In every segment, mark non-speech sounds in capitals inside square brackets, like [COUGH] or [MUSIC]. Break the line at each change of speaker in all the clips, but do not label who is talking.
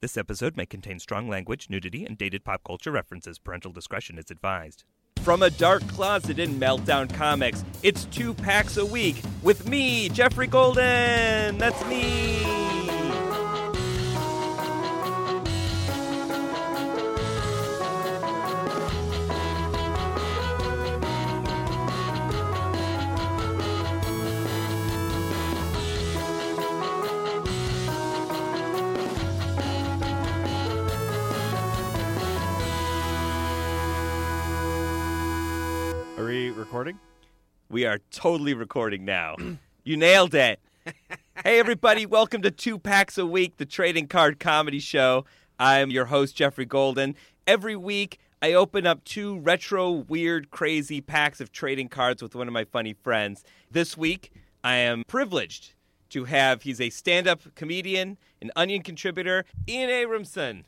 This episode may contain strong language, nudity, and dated pop culture references. Parental discretion is advised. From a dark closet in Meltdown Comics, it's two packs a week with me, Jeffrey Golden. That's me.
Are we recording?
We are totally recording now. [CLEARS THROAT] you nailed it. hey, everybody, welcome to Two Packs a Week, the trading card comedy show. I'm your host, Jeffrey Golden. Every week, I open up two retro, weird, crazy packs of trading cards with one of my funny friends. This week, I am privileged to have, he's a stand up comedian, an onion contributor, Ian Abramson.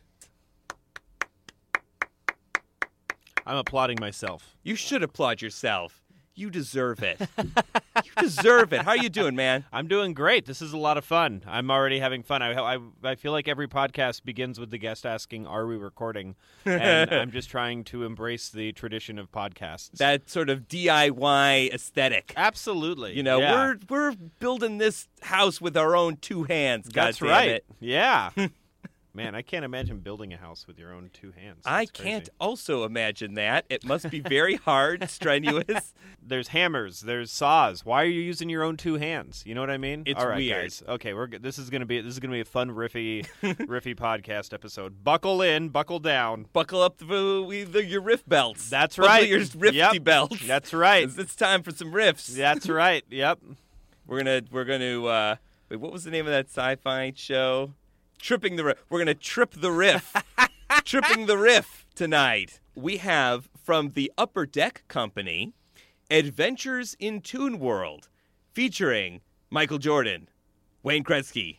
I'm applauding myself.
You should applaud yourself. You deserve it. you deserve it. How you doing, man?
I'm doing great. This is a lot of fun. I'm already having fun. I I, I feel like every podcast begins with the guest asking, "Are we recording?"
[LAUGHS]
and I'm just trying to embrace the tradition of podcasts.
that sort of DIY aesthetic.
Absolutely.
You know,
Yeah.
we're we're building this house with our own two hands. God
That's
damn
right.
it! [LAUGHS]
Yeah. Man, I can't imagine building a house with your own two hands.
I
That's crazy.
can't also imagine that. It must be very hard, [LAUGHS] strenuous.
There's hammers. There's saws. Why are you using your own two hands? You know what I mean?
It's
All right,
weird.
guys. Okay, we're g- this is gonna be this is gonna be a fun riffy [LAUGHS] riffy podcast episode. Buckle in, buckle down.
Buckle up the, we- the your riff belts.
That's
Buckle
right.
Your rifty
Yep.
belts.
That's
[LAUGHS]
right.
'Cause It's time for some riffs. [LAUGHS]
That's right. Yep.
We're gonna we're gonna uh, wait. What was the name of that sci-fi show? Tripping the riff. We're gonna trip the
[LAUGHS]
riff. Tripping the riff tonight. We have from the Upper Deck Company, Adventures in Toon World, featuring Michael Jordan, Wayne Gretzky,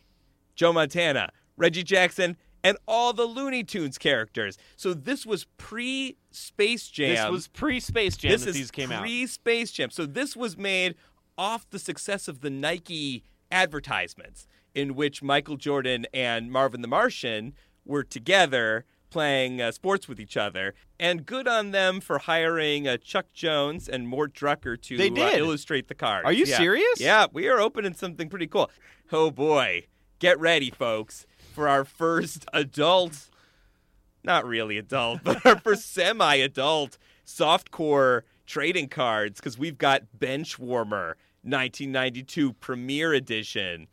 Joe Montana, Reggie Jackson, and all the Looney Tunes characters. So this was pre Space Jam
This was pre Space Jam
this
that
is
these came out.
pre Space Jam. So this was made off the success of the Nike advertisements in which Michael Jordan and Marvin the Martian were together playing uh, sports with each other. And good on them for hiring uh, Chuck Jones and Mort Drucker to
They
uh,
did.
illustrate the cards.
Are you
Yeah.
serious?
Yeah, we are opening something pretty cool. Oh boy, get ready, folks, for our first adult not really adult, [LAUGHS] but our first semi adult softcore trading cards because we've got Benchwarmer 1992 Premiere Edition.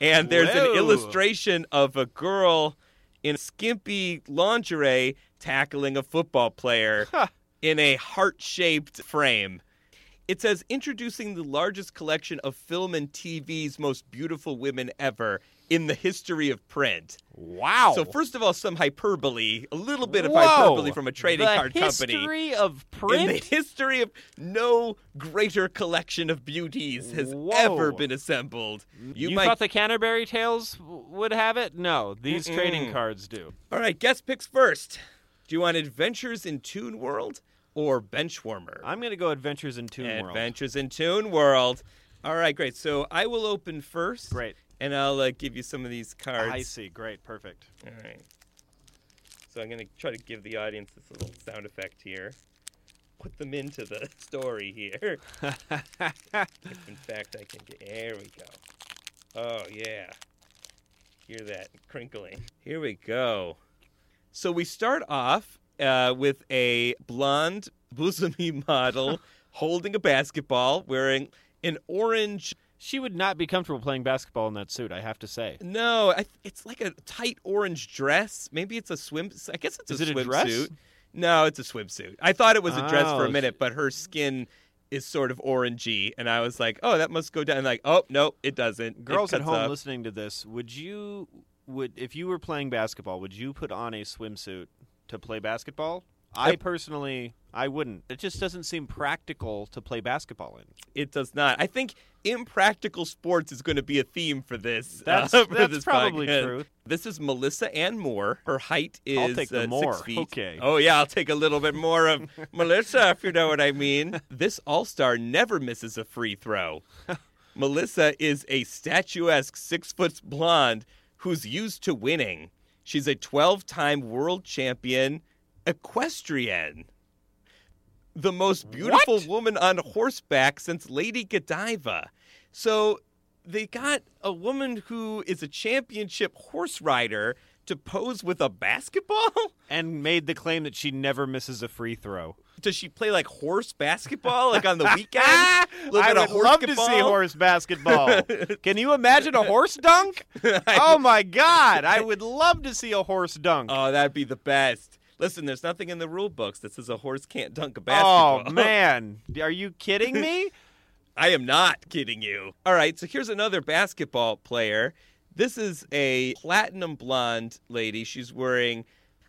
And there's
Whoa.
an illustration of a girl in skimpy lingerie tackling a football player
Huh.
in a heart shaped frame. It says introducing the largest collection of film and TV's most beautiful women ever in the history of print.
Wow.
So first of all, some hyperbole, a little bit of
Whoa.
hyperbole from a trading
The
card company.
History of
In the
print.
history of no greater collection of beauties has
Whoa.
ever been assembled. [LAUGHS] You,
you
might.
thought the Canterbury Tales w- would have it? No, these trading cards do.
All right, guest picks first. Do you want Adventures in Toon World or Benchwarmer?
I'm gonna go Adventures in Toon World.
Adventures in Toon World. All right, great. So I will open first.
Great.
And I'll uh, give you some of these cards.
I see. Great.
[LAUGHS]
Perfect. [LAUGHS]
All right. So I'm going to try to give the audience this little sound effect here. Put them into the story here. if in fact I can get. There we go. Oh, yeah. Hear that crinkling. Here we go. So we start off uh, with a blonde, bosomy model holding a basketball, wearing an orange
She would not be comfortable playing basketball in that suit. I have to say.
no, I, th- it's like a tight orange dress. Maybe it's a swim. I guess it's
Is
a
it a dress?
swimsuit. No, it's a swimsuit. I thought it was a dress for
Oh.
a minute, but her skin is sort of orangey, and I was like, "Oh, that must go down." like, oh no, it doesn't. It
Girls at
cuts
home
up.
listening to this, would you would if you were playing basketball, would you put on a swimsuit to play basketball? I
I-
personally, I wouldn't. It just doesn't seem practical to play basketball in.
It does not. I think impractical sports is going to be a theme for this. uh,
That's-
[LAUGHS] for
that's
this
probably
podcast.
true.
This is Melissa Ann Moore. Her height is
I'll take the
uh,
more.
six feet.
Okay.
Oh yeah, I'll take a little bit more
[LAUGHS]
of Melissa if you know what I mean. This all star never misses a free
[LAUGHS]
throw. Melissa is a statuesque six foot blonde who's used to winning. She's a 12 time world champion equestrian. The most beautiful
What?
woman on horseback since Lady Godiva. So they got a woman who is a championship horse rider to pose with a basketball? [LAUGHS]
and made the claim that she never misses a free [LAUGHS] throw.
Does she play like horse basketball, like on
[LAUGHS]
the weekends? Little
I
bit
would
of
love to
horse-geball?
see horse basketball. [LAUGHS] Can you imagine a horse [LAUGHS] dunk?
I
oh my god, I would love to see [LAUGHS] a horse dunk.
Oh, that'd be the best. Listen, there's nothing in the rule books that says a horse can't dunk a basketball.
oh man, are you kidding me?
I am not kidding you. All right, so here's another basketball player. This is a platinum blonde lady. She's wearing,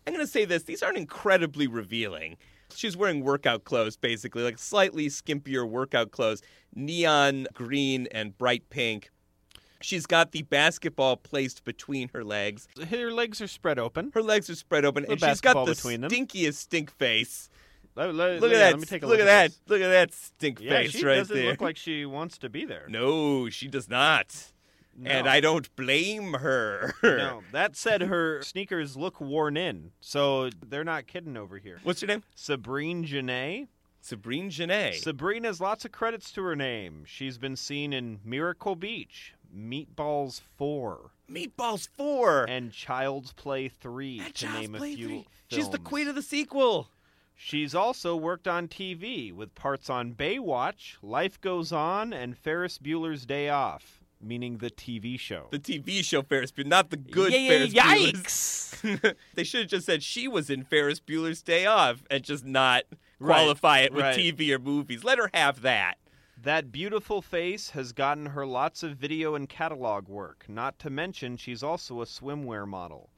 I'm going to say this, these aren't incredibly revealing. She's wearing workout clothes, basically, like slightly skimpier workout clothes, neon green and bright pink. She's got the basketball placed between her legs.
Her legs are spread open.
Her legs are spread open,
Little
and she's got
basketball
the
between them.
stinkiest stink face.
Let- let-
Look
yeah,
at that!
Let me take a
look,
look,
at, that!
this.
Look at that stink
Yeah,
face
she
right
doesn't
there.
look like she wants to be there.
No, she does not. And
No.
I don't blame her.
No, that said, her sneakers look worn in, so they're not kidding over here.
[LAUGHS] What's your name?
Sabrine Genet.
Sabrine Genet.
Sabrine has lots of credits to her name. She's been seen in Miracle Beach, Meatballs 4,
Meatballs 4.
and Child's Play 3,
That
to
Child's
name a
Play
few.
three. She's the
films.
queen of the sequel.
She's also worked on TV with parts on Baywatch, Life Goes On, and Ferris Bueller's Day Off, meaning the TV show.
The TV show Ferris Bueller, not the good
Yeah, yeah,
Ferris [LAUGHS]
yikes!
Bueller's. they should have just said she was in Ferris Bueller's Day Off and just not
Right,
qualify it with
right.
TV or movies. Let her have that.
That beautiful face has gotten her lots of video and catalog work, not to mention she's also a swimwear model.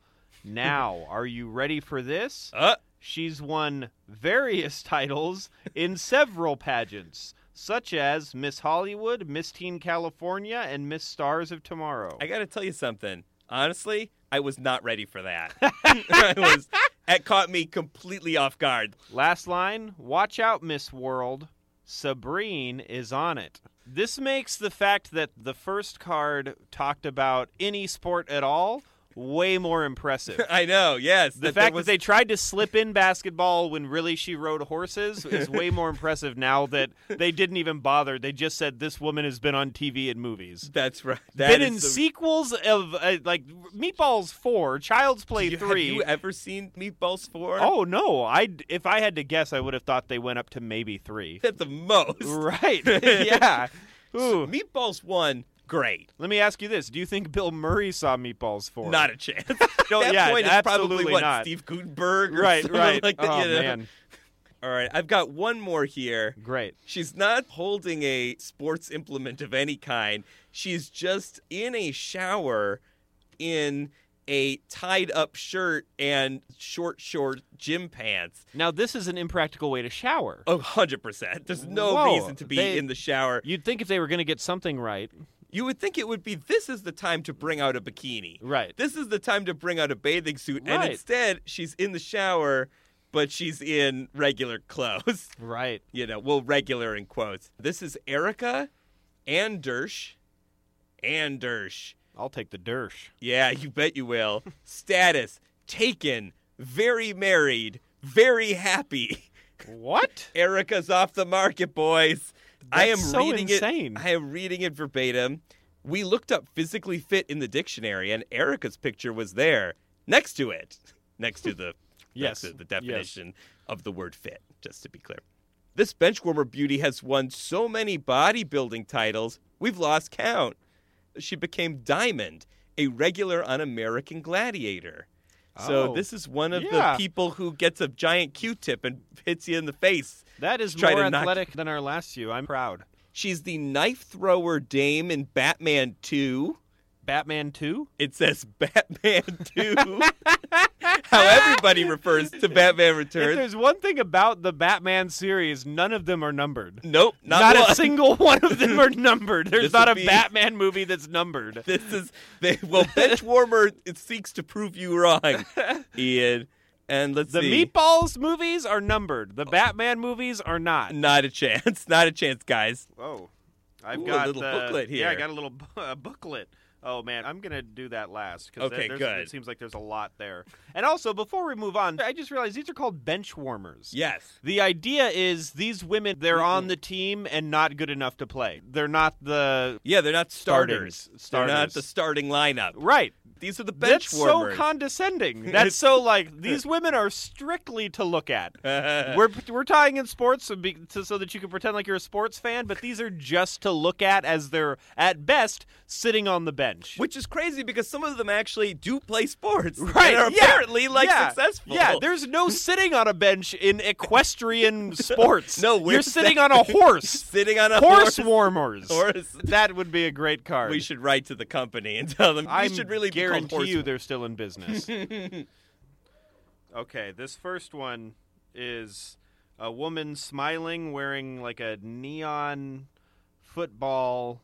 Now,
[LAUGHS]
are you ready for this?
Uh,
She's won various [LAUGHS] titles in several pageants, such as Miss Hollywood, Miss Teen California, and Miss Stars of Tomorrow.
I got to tell you something. Honestly, I was not ready for that.
[LAUGHS]
[LAUGHS] I was, it caught me completely off guard.
Last line Watch out, Miss World. Sabrine is on it. This makes the fact that the first card talked about any sport at all way
[LAUGHS]
more impressive.
I know. Yes,
The
that there
fact
was
that they tried to slip in basketball when really she rode
[LAUGHS]
horses is way more impressive now that they didn't even bother. They just said this woman has been on TV and movies.
that's right.
been
That is
in
the-
sequels of uh, like Meatballs 4, Child's Play
You-
3.
Have you ever seen Meatballs Four?
Oh no! I if I had to guess, I would have thought they went up to maybe three.
[LAUGHS] at the most.
right? [LAUGHS] yeah. Ooh.
Meatballs One, great.
Let me ask you this: Do you think Bill Murray saw Meatballs four?
Not a [LAUGHS] chance.
No,
At that
yeah,
point, it's probably
absolutely
what
not.
Steve Gutenberg, or
[LAUGHS] right,
someone
right.
Like that,
oh
you know?
man,
All right, I've got one more here.
great.
She's not holding a sports implement of any kind. She's just in a shower in a tied up shirt and short short gym pants.
Now this is an impractical way to shower.
A hundred percent. There's no
Whoa,
reason to be
they-
in the shower.
You'd think if they were going to get something right,
You would think it would be this is the time to bring out a bikini.
right?
This is the time to bring out a bathing suit. And
Right.
instead, she's in the shower, but she's in regular [LAUGHS] clothes.
Right.
you know, well, regular in quotes. This is Erica Andersh. Andersh.
I'll take the dersh.
Yeah, you bet you will. Status taken, very married, very happy.
What?
Erica's off the market, boys. I am
That's so
reading
insane.
it. I am reading it verbatim. We looked up physically fit in the dictionary, and Erica's picture was there next to it, [LAUGHS] next to the
[LAUGHS]
next
Yes.
to the
Yes.
definition of the word fit. Just to be clear, this benchwarmer beauty has won so many bodybuilding titles we've lost count. She became Diamond, a regular on American Gladiator. So
Oh.
this is one of
Yeah.
the people who gets a giant Q-tip and hits you in the face
That [LAUGHS] is
Try
more
to knock-
athletic than our last few. I'm proud.
She's the knife thrower dame in Batman 2.
Batman two.
It says [LAUGHS] Batman
[LAUGHS]
2. How everybody refers to Batman
If
Returns.
there's one thing about the Batman series, none of them are numbered.
Nope, not,
Not,
one.
a single one of them are [LAUGHS] numbered. There's
This
not
would
a
be-
Batman movie that's numbered.
[LAUGHS] This is they, well, bench warmer. It seeks to prove you
[LAUGHS]
wrong, Ian. And let's
The
see.
Meatballs movies are numbered. The Batman movies are not.
[LAUGHS] Not a chance. Not a chance, guys.
Oh, I've
Ooh, a got little the- booklet yeah, I here. got
a little booklet Oh man, I'm gonna do that last because
Okay, good.
it seems like there's a lot there. And also, before we move on, I just realized these are called bench warmers.
Yes.
The idea is these women they're on the team and not good enough to play. They're not the
Yeah, they're not starters.
Starters.
They're not
Starters.
the starting lineup.
right.
These are the bench
That's
warmers.
so
[LAUGHS]
condescending. That's so like these women are strictly to look at.
[LAUGHS]
[LAUGHS] We're we're tying in sports so, be, so, so that you can pretend like you're a sports fan, but these are just to look at as they're at best sitting on the bench.
Which is crazy because some of them actually do play sports.
Right,
And are
yeah,
apparently like
yeah,
successful.
Yeah,
[LAUGHS]
there's no sitting on a bench in equestrian sports.
No, we're
you're
[LAUGHS]
sitting on a horse.
sitting on a
horse warmers.
Horse.
That would be a great card.
We should write to the company and tell them
I
you should really be called
guarantee
horse
you they're still in business. okay, this first one is a woman smiling, wearing like a neon football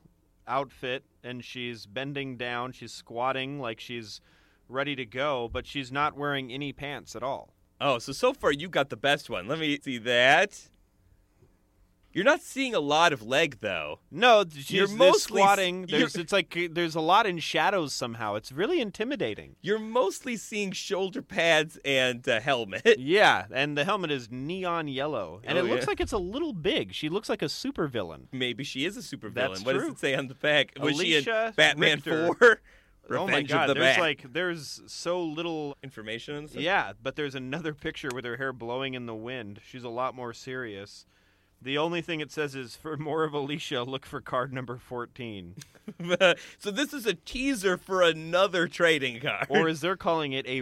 outfit, and she's bending down. She's squatting like she's ready to go, but she's not wearing any pants at all.
Oh, so so far you got the best one. Let me see that. You're not seeing a lot of leg though.
No, she's
You're
they're
mostly s-
squatting.
you're-
There's, it's like uh, there's a lot in shadows somehow. It's really intimidating.
You're mostly seeing shoulder pads and uh, helmet. [LAUGHS]
Yeah, and the helmet is neon yellow, and
Oh,
it looks
yeah.
like it's a little big. She looks like a supervillain.
Maybe she is a supervillain.
That's
What does
true.
it say on the back? Was she in
Alicia
Batman
Richter.
[LAUGHS] 4?
Oh my
Revenge
god,
of the
there's
Bat.
like there's so little.
Information and stuff?
Yeah, but there's another [LAUGHS] picture with her hair blowing in the wind. She's a lot more serious. The only thing it says is for more of Alicia, look for card
[LAUGHS]
number 14.
so this is a teaser for another trading card.
Or as they're calling it, a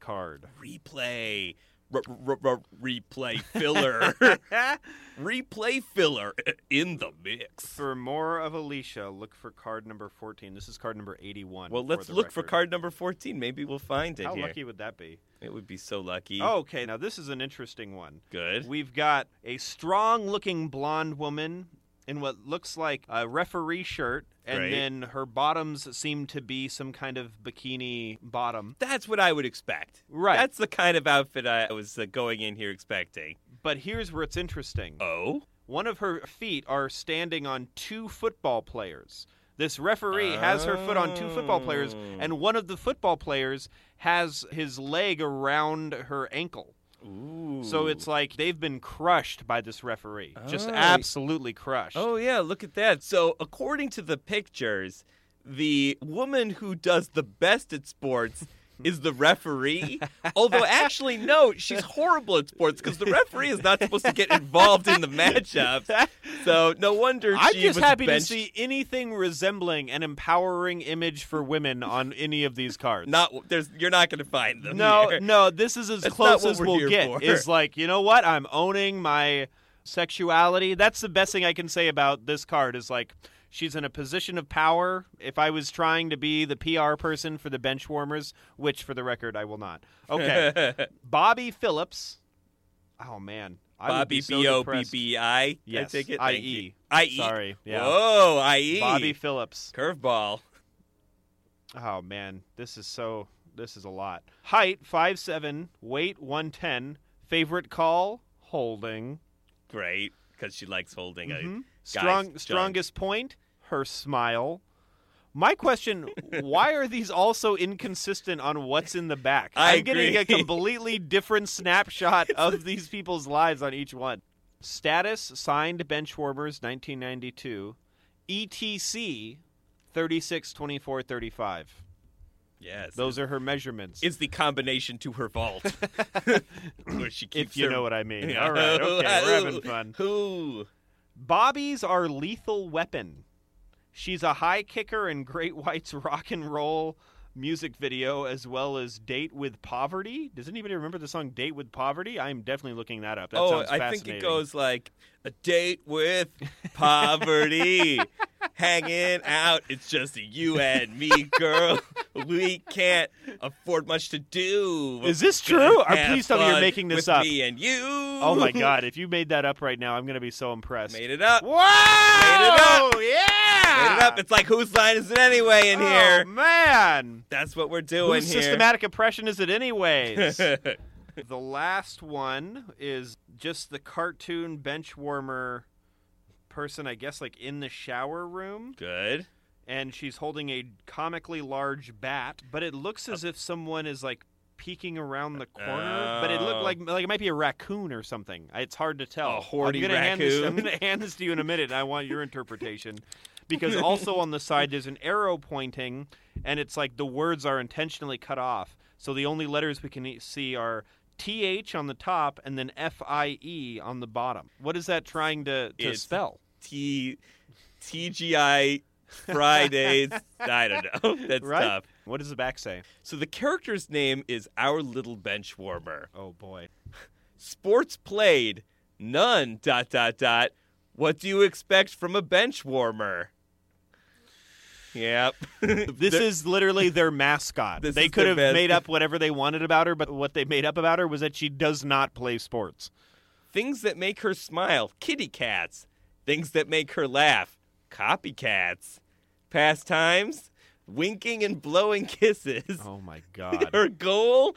[LAUGHS]
card.
replay. R- r- r- replay
[LAUGHS]
filler. [LAUGHS] replay filler in the mix.
For more of Alicia, look for card number 14. This is card number 81.
Well, let's
the
look for
record.
card number 14. Maybe we'll find it
How
here.
lucky Oh, would that be?
It would be so lucky.
okay, now this is an interesting one.
good.
We've got a strong looking blonde woman in what looks like a referee shirt, and
Right.
then her bottoms seem to be some kind of bikini bottom.
That's what I would expect.
Right.
That's the kind of outfit I was uh, going in here expecting.
But here's where it's interesting
Oh?
one of her feet are standing on two football players. This referee has her foot on two football players,
Oh.
and one of the football players has his leg around her ankle.
Ooh.
So it's like they've been crushed by this referee. Just
Oh.
absolutely crushed.
Oh, yeah, look at that. So, according to the pictures, the woman who does the best at
[LAUGHS]
sports is the referee. Although, actually, no, she's horrible at sports because the referee is not supposed to get involved in the matchups. So, no wonder
I'm
she
just
was
happy
benched.
to see anything resembling an empowering image for women on any of these cards.
Not there's you're not going to find them. [LAUGHS]
no,
here.
no, this is as
That's not
close
what
as
we're
we'll
here
get.
for.
Is like, you know what? I'm owning my sexuality. That's the best thing I can say about this card is like she's in a position of power. If I was trying to be the PR person for the bench warmers, which for the record I will not.
[LAUGHS]
Okay. Bobby Phillips. Oh man. I would
Bobby
be so
B O B
depressed.
B I.
Yes,
I take it.
IE.
Thank you. IE.
Sorry, yeah.
Whoa, E. IE.
Bobby Phillips.
Curveball.
Oh man, this is so. This is a lot. Height five seven, weight one ten. Favorite call holding.
Great. Because she likes holding
Mhm.
a
Strong
junk.
strongest point. Her smile.
[LAUGHS]
My question: Why are these also inconsistent on what's in the back?
I
am getting a
agree. [LAUGHS]
completely different snapshot of these people's lives on each one. Status signed benchwarmers 1992, E etc. 36, 24, 35.
Yes.
Those are her measurements.
is the combination to her
[LAUGHS]
vault. Where she keeps
if you
her-
know what I
[LAUGHS]
mean. All right, okay, we're having fun.
Who?
Bobby's our lethal weapon. She's a high kicker in Great White's rock and roll music video, as well as "Date with Poverty." Does anybody remember the song "Date with Poverty"? I'm definitely looking that up. That
oh,
sounds
I think
fascinating.
it goes like a date with poverty, hanging out. It's just you and me, girl. we can't afford much to do.
Is this
We're gonna
true? Or
have
please tell me you're
fun
making this
with
up.
Me and you.
Oh my god! If you made that up right now, I'm gonna be so impressed.
Made it up.
Wow!
up.
Yeah!
Made it up. It's like whose line is it anyway in
oh,
here?
man!
That's what we're doing
Whose
here.
systematic oppression is it, anyways? The last one is just the cartoon bench warmer person, I guess, like in the shower room.
[LAUGHS] Good.
and she's holding a comically large bat, but it looks as if someone is like peeking around the corner. But it
Oh.
looked like like it might be a raccoon or something. It's hard to tell.
A hoardy
I'm gonna hand this- I'm
raccoon.
going to hand this to you in a minute. and I want your interpretation because also on the side there's an arrow pointing, and it's like the words are intentionally cut off. So the only letters we can e- see are. TH on the top and then FIE on the bottom. What is that trying to, to
It's-
spell?
T TGI Fridays. I don't know. [LAUGHS] That's
Right?
tough.
What does the back say?
So the character's name is Our Little Bench Warmer.
Oh boy.
Sports played, none. Dot dot dot. What do you expect from a bench warmer? Yep. [LAUGHS]
This is literally their mascot.
This
they
is
could
their
have
mas-
made up whatever they wanted about her, but what they made up about her was that she does not
[LAUGHS]
play sports.
Things that make her smile, kitty cats. Things that make her laugh, copycats. Pastimes, winking and blowing kisses.
Oh
[LAUGHS]
my god. [LAUGHS]
Her goal?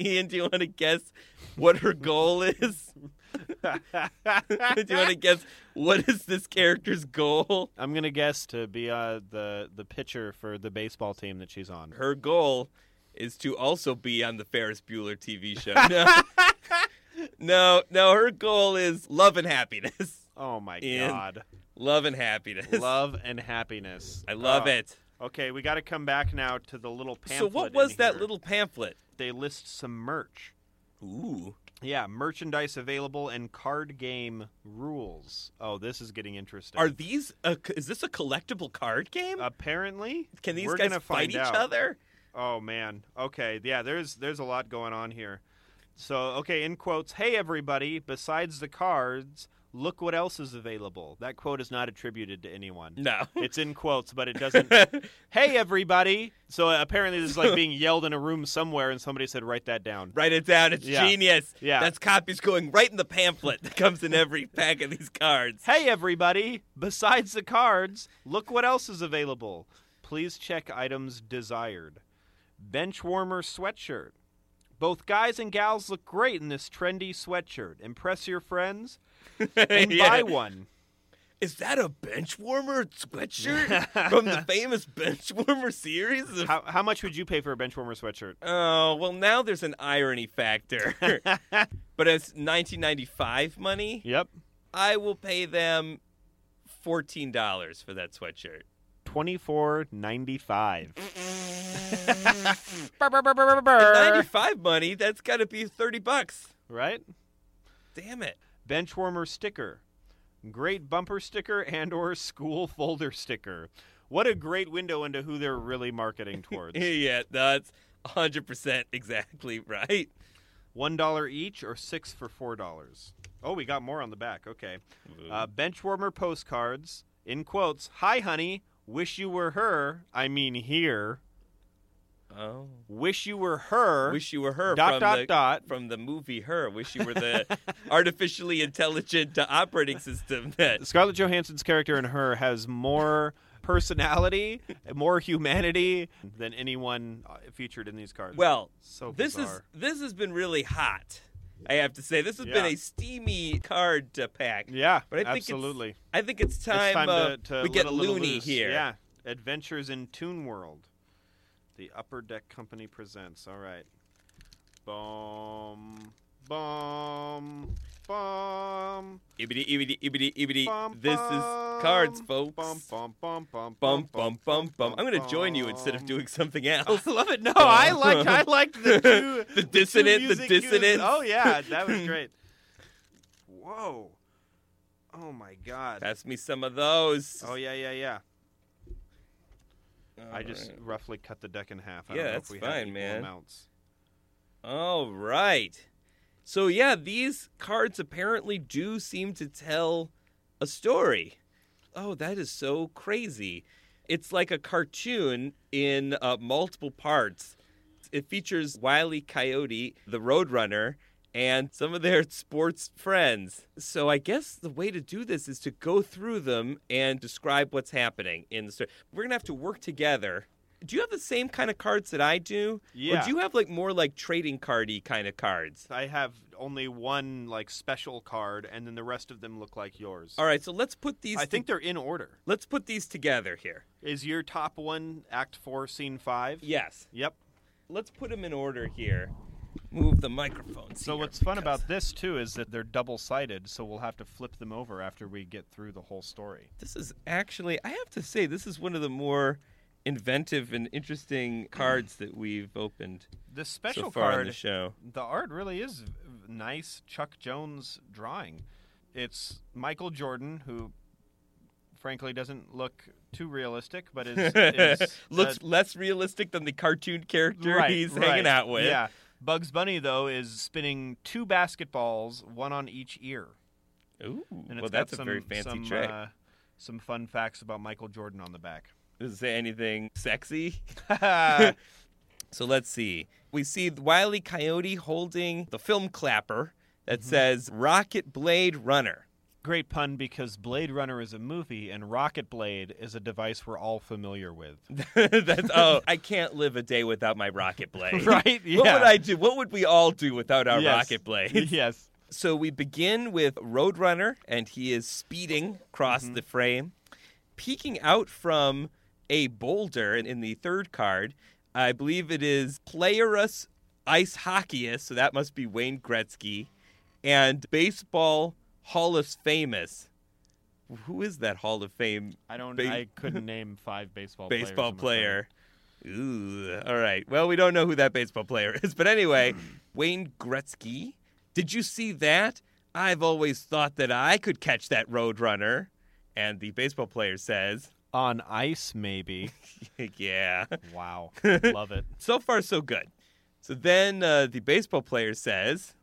Ian, do you want to guess what her goal is? [LAUGHS] do you want to guess what is this character's goal?
I'm gonna guess to be uh, the the pitcher for the baseball team that she's on.
Her goal is to also be on the Ferris Bueller TV show. No, [LAUGHS] no, no her goal is love and happiness.
Oh my
In-
god.
Love and happiness.
Love and happiness.
I love
Oh.
it.
Okay, we got to come back now to the little pamphlet.
So what
in
was that
here.
little pamphlet?
They list some merch.
Ooh.
Yeah, merchandise available and card game rules. Oh, this is getting interesting.
Are these a, is this a collectible card game?
Apparently,
Can these
we're
guys
gonna
fight
find
each
out.
other?
Oh man. Okay. Yeah. There's there's a lot going on here. So okay, in quotes. Hey everybody. Besides the cards, look what else is available. That quote is not attributed
[LAUGHS]
to anyone.
No.
It's in quotes, but it
[LAUGHS]
doesn't. hey everybody. So apparently this is like being yelled in a room somewhere, and somebody said write that down.
Write it down. It's
Yeah.
genius.
Yeah.
That's copies going right in the pamphlet that comes in every pack of these cards.
Hey everybody. Besides the cards, look what else is available. Please check items desired. Bench warmer sweatshirt. Both guys and gals look great in this trendy sweatshirt. Impress your friends [LAUGHS]
[LAUGHS]
and
Yeah.
buy one.
Is that a bench warmer
[LAUGHS]
sweatshirt from the famous bench warmer series?
How, how much would you pay for a bench warmer sweatshirt?
Oh, well, now there's an irony
[LAUGHS]
factor. but as 1995 money,
Yep.
I will pay them $14 for that sweatshirt.
Twenty four ninety five.
95 money, that's got to be 30 bucks.
Right?
Damn it. [LAUGHS]
Bench warmer sticker. Great bumper sticker and or school [LAUGHS] folder sticker. What a great window into who they're really marketing [LAUGHS] towards.
Yeah, that's 100% exactly right.
One dollar each or six for four dollars. Oh, we got more on the back. Okay. Uh, bench warmer postcards in quotes. Hi, honey. Wish you were her. I mean here.
oh.
Wish you were her.
Wish you were her
Dot,
from
dot,
the
dot.
from the movie Her. Wish you were the [LAUGHS] artificially intelligent uh, operating system that
Scarlett Johansson's character in her has more [LAUGHS] personality, more humanity than anyone uh, featured in these cards.
well,
so
this is
bizarre.
this has been really hot. I have to say this has been
Yeah.
a steamy card uh, pack.
yeah,
but I think it's
absolutely. It's
I think it's time, uh,
to, to
we
let
get
a little
loony
loose.
here.
Yeah, Adventures in Toon World, the Upper Deck Company presents. All right, boom, boom, boom.
Ibbity ibbity ibbity ibbity.
Bum,
this
bum,
is cards, folks.
Bum bum bum bum
bum bum bum bum. I'm gonna join you instead of
bum. [LAUGHS]
doing something else.
I love it. No, I
[LAUGHS]
liked I liked the two
The
two
dissonant- the
music cues.
dissonance.
Oh yeah,
[LAUGHS]
that was great. Whoa. Oh my god.
Pass me some of those.
Oh yeah, yeah, yeah. I just
Alright.
roughly cut the deck in half. I
Yeah,
don't know
that's
if we
fine,
have equal
man.
amounts.
All right. So yeah, these cards apparently do seem to tell a story. Oh, that is so crazy. It's like a cartoon in uh, multiple parts. It features Wile E. Coyote, the Roadrunner, and some of their [LAUGHS] sports friends. So I guess the way to do this is to go through them and describe what's happening in the story. We're going to have to work together do you have the same kind of cards that I do?
Yeah.
Or do you have like more like trading cardy kind of cards?
I have only one like special card, and then the rest of them look like yours.
All right, so let's put these.
I think
to-
they're in order.
let's put these together here.
Is your top one Act Four, Scene Five?
Yes.
Yep.
Let's put them in order here. Move the microphones.
So
here
what's fun
because-
about this too is that they're double sided, so we'll have to flip them over after we get through the whole story.
This is actually, I have to say, this is one of the more inventive and interesting cards that we've opened
The Mm. special
so far on
card,
the show.
the art really is v- nice. Chuck Jones drawing. It's Michael Jordan who, frankly, doesn't look too realistic, but is,
[LAUGHS]
is
Looks
uh,
less realistic than the cartoon character
right,
he's
right.
hanging out with.
Yeah. Bugs Bunny though is spinning two basketballs, one on each ear.
Ooh,
And it's
well,
got
that's
some,
a very fancy
some,
trick.
Uh, some fun facts about Michael Jordan on
[LAUGHS]
the back. [LAUGHS]
Does it say anything sexy?
yeah,
So let's see. We see Wiley Coyote holding the film clapper that
Mm-hmm.
says Rocket Blade Runner. [LAUGHS]
great pun because Blade Runner is a movie and Rocket Blade is a device we're all familiar with.
That's oh, I can't live a day without my rocket blade.
[LAUGHS] Right,
What
yeah.
would I do? What would we all do without our
Yes.
rocket blade?
[LAUGHS] yes.
So we begin with Roadrunner, and he is speeding across the frame, peeking out from a boulder in- in the third card. I believe it is Playerus Ice Hockeyist, so that must be Wayne Gretzky, and Baseball Hall of Famous. Who is that Hall of Fame
I don't.
Ba-
I couldn't name five baseball players,
baseball
I'm afraid.
player. Ooh, all right. Well, we don't know who that baseball player is, but [CLEARS THROAT] anyway, Wayne Gretzky. Did you see that? I've always thought that I could catch that roadrunner. And the baseball player says, [LAUGHS]
on ice, maybe.
"Yeah."
[LAUGHS]
[LAUGHS]
Wow, love it.
So far, so good. So then uh, the baseball player says,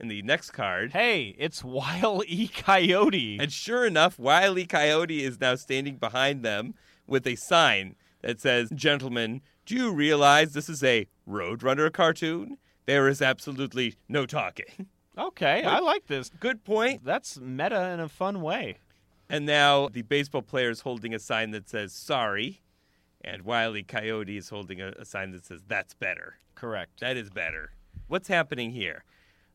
in the next card,
Hey, it's Wild E. Coyote.
[LAUGHS] And sure enough, Wiley Coyote is now standing behind them with a sign that says, Gentlemen, do you realize this is a Roadrunner cartoon? There is absolutely no talking. [LAUGHS]
Okay, I like this.
Good point.
That's meta in a fun way.
And now the baseball player is holding a sign that says, Sorry. And Wiley Coyote is holding a, a sign that says, That's better.
Correct.
That is better. What's happening here?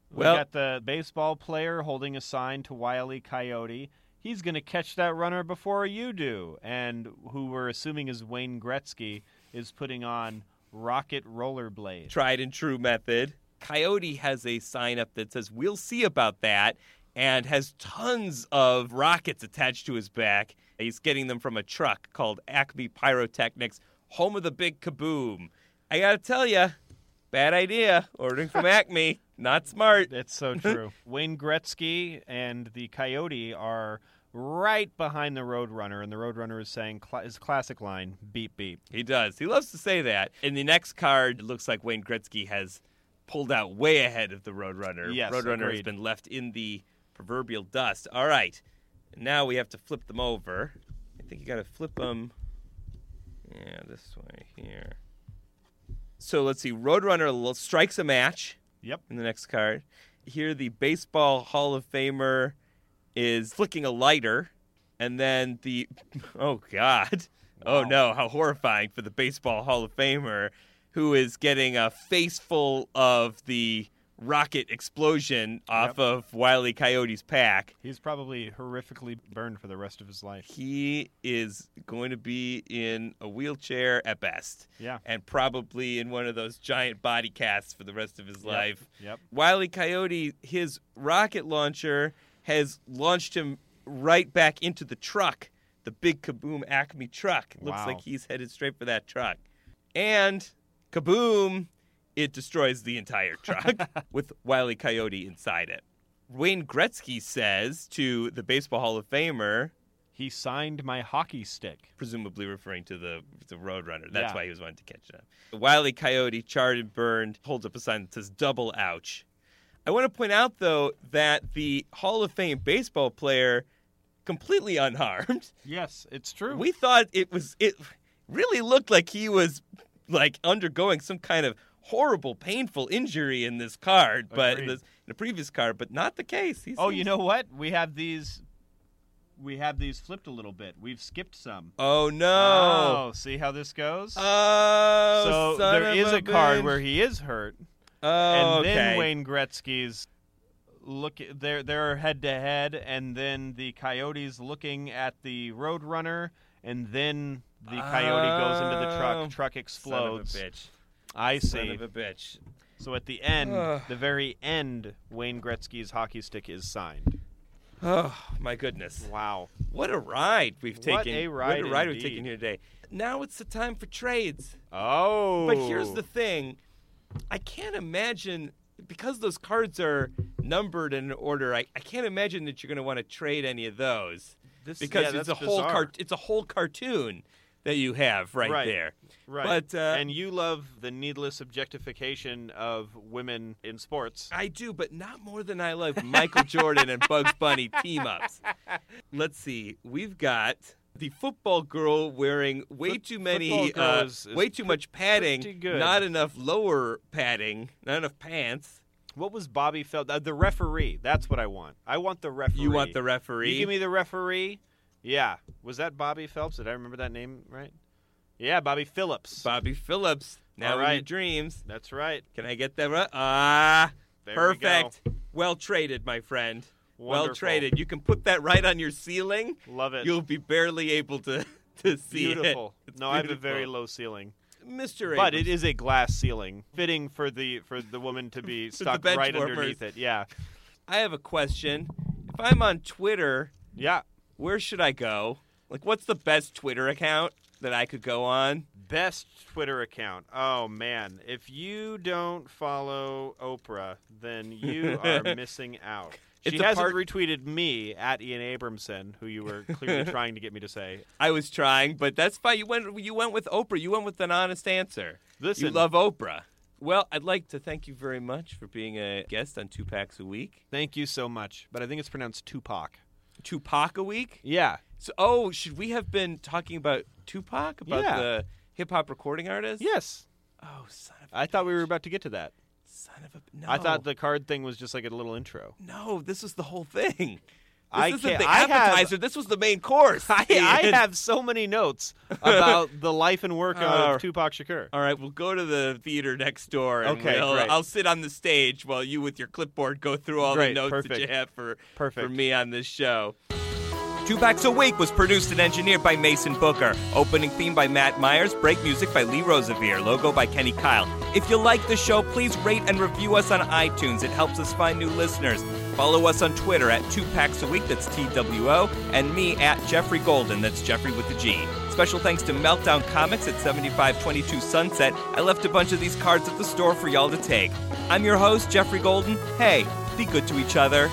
we got the baseball player holding a sign to Wiley Coyote. He's going to catch that runner before you do. And who we're assuming is Wayne Gretzky is putting on Rocket Rollerblade.
tried and true method. Coyote has a sign up that says, We'll see about that, and has tons of rockets attached to his back. He's getting them from a truck called Acme Pyrotechnics, home of the big kaboom. I gotta tell ya, bad idea. Ordering from Acme, not smart.
It's
[LAUGHS]
so true. Wayne Gretzky and the Coyote are right behind the Roadrunner, and the Roadrunner is saying cla his classic line, beep, beep.
He does. He loves to say that. In the next card, it looks like Wayne Gretzky has pulled out way ahead of the Roadrunner.
Yes,
Roadrunner has
agreed.
been left in the proverbial dust. All right. Now we have to flip them over. I think you got to flip them. Yeah, this way here. So let's see. Roadrunner l- strikes a match
Yep.
in the next card. Here, the baseball Hall of Famer is flicking a lighter, and then the [LAUGHS] oh god, oh
Wow.
no, how horrifying for the baseball Hall of Famer, who is getting a face full of the rocket explosion off
Yep.
of Wiley Coyote's pack.
He's probably horrifically burned for the rest of his life.
He is going to be in a wheelchair at best,
Yeah.
and probably in one of those giant body casts for the rest of his
Yep.
life.
Yep.
Wiley E. Coyote, his rocket launcher has launched him right back into the truck, the big kaboom Acme truck. Looks
Wow.
like he's headed straight for that truck. And kaboom, it destroys the entire truck with Wiley Coyote inside it. Wayne Gretzky says to the Baseball Hall of Famer,
He signed my hockey stick.
presumably referring to the the Roadrunner. That's
Yeah.
why he was wanting to catch it up. Wiley Coyote, charred and burned, holds up a sign that says "Double Ouch." I want to point out though that the Hall of Fame baseball player, completely
[LAUGHS]
unharmed.
Yes, it's true.
We thought it was it really looked like he was like undergoing some kind of horrible, painful injury in this card, but in,
Agreed.
this, in the previous card, but not the case. He
oh, you
seems-
know what? We have these we have these flipped a little bit. We've skipped some.
Oh no!
Oh, see how this goes?
Oh,
so
son
there
of
is a, card where
bitch.
he is hurt,
Oh,
and then
okay.
Wayne Gretzky's look. They're they're head to head, and then the Coyotes looking at the Roadrunner, and then the Coyote goes into the
Oh,
truck.
Son
Truck
of a
explodes.
bitch.
I see.
Son of a bitch.
So at the end,
Ugh.
the very end, Wayne Gretzky's hockey stick is signed.
Oh my goodness!
Wow.
What a ride we've taken!
What a ride
we've
indeed.
taken here today. Now it's the time for trades.
Oh.
But here's the thing: I can't imagine because those cards are numbered in order. I, I can't imagine that you're going to want to trade any of those
This-
because
yeah,
it's a
that's
whole
bizarre.
cart. It's a whole cartoon that you have right,
Right.
there.
Right.
But uh,
and you love the needless objectification of women in sports.
I do, but not more than I love Michael Jordan and Bugs Bunny team ups. Let's see. We've got the football girl wearing way
Foot-
too
football
many,
girl
uh,
is- is
way too much padding,
pretty good.
not enough lower padding, not enough pants.
What was Bobby Feld? Uh, the referee. That's what I want. I want the referee.
You want the referee?
You give me the referee. Yeah. Was that Bobby Phelps? Did I remember that name right? Yeah, Bobby Phillips.
Bobby Phillips. Now
All
in your
right.
dreams.
That's right.
Can I get that right? Ah,
There we go.
perfect. Well traded, my friend. Well
Wonderful.
traded. You can put that right on your ceiling.
Love it.
You'll be barely able to [LAUGHS] to see it.
beautiful.
[LAUGHS] It's
no, I have a very
beautiful.
low ceiling,
Mr.
but
Abrams.
it is a glass ceiling, fitting for the for the woman to
[LAUGHS]
be stuck
bench
right
warmers.
underneath it. Yeah.
I have a question. If I'm on Twitter,
Yeah.
where should I go? Like, what's the best Twitter account that I could go on?
Best Twitter account. Oh man, if you don't follow Oprah, then you are [LAUGHS] missing out.
It's
She
a
hasn't
part-
retweeted me at Ian Abramson, who you were [LAUGHS] clearly trying to get me to say.
I was trying, but that's fine. You went. You went with Oprah. You went with an honest answer.
Listen,
You love Oprah. Well, I'd like to thank you very much for being a guest on Two Packs a Week.
thank you so much, but I think it's pronounced Tupac.
Tupac a week.
Yeah,
So, oh, should we have been talking about Tupac about
Yeah.
the hip hop recording artist?
yes.
Oh, son of
I thought we were about to get to that.
son of a. No.
I thought the card thing was just like a little [LAUGHS] intro.
No, this was the whole thing. This
I
isn't
can't-
the
I have-
appetizer. this was the main course.
[LAUGHS] I, I have so many notes about the life and [LAUGHS] work
Uh,
of Tupac Shakur.
All right, we'll go to the theater next door. And
Okay,
we'll-
great.
I'll sit on the stage while you, with your clipboard, go through all the
Great,
notes that you
perfect.
have for
Perfect.
for me on this show. Two Packs a Week was produced and engineered by Mason Booker. Opening theme by Matt Myers. Break music by Lee Rosevere. Logo by Kenny Kyle. If you like the show, please rate and review us on iTunes. It helps us find new listeners. Follow us on Twitter at Two Packs a Week, that's T W O, and me at Jeffrey Golden, that's Jeffrey with the G. Special thanks to Meltdown Comics at 7522 Sunset. I left a bunch of these cards at the store for y'all to take. I'm your host, Jeffrey Golden. Hey, be good to each other.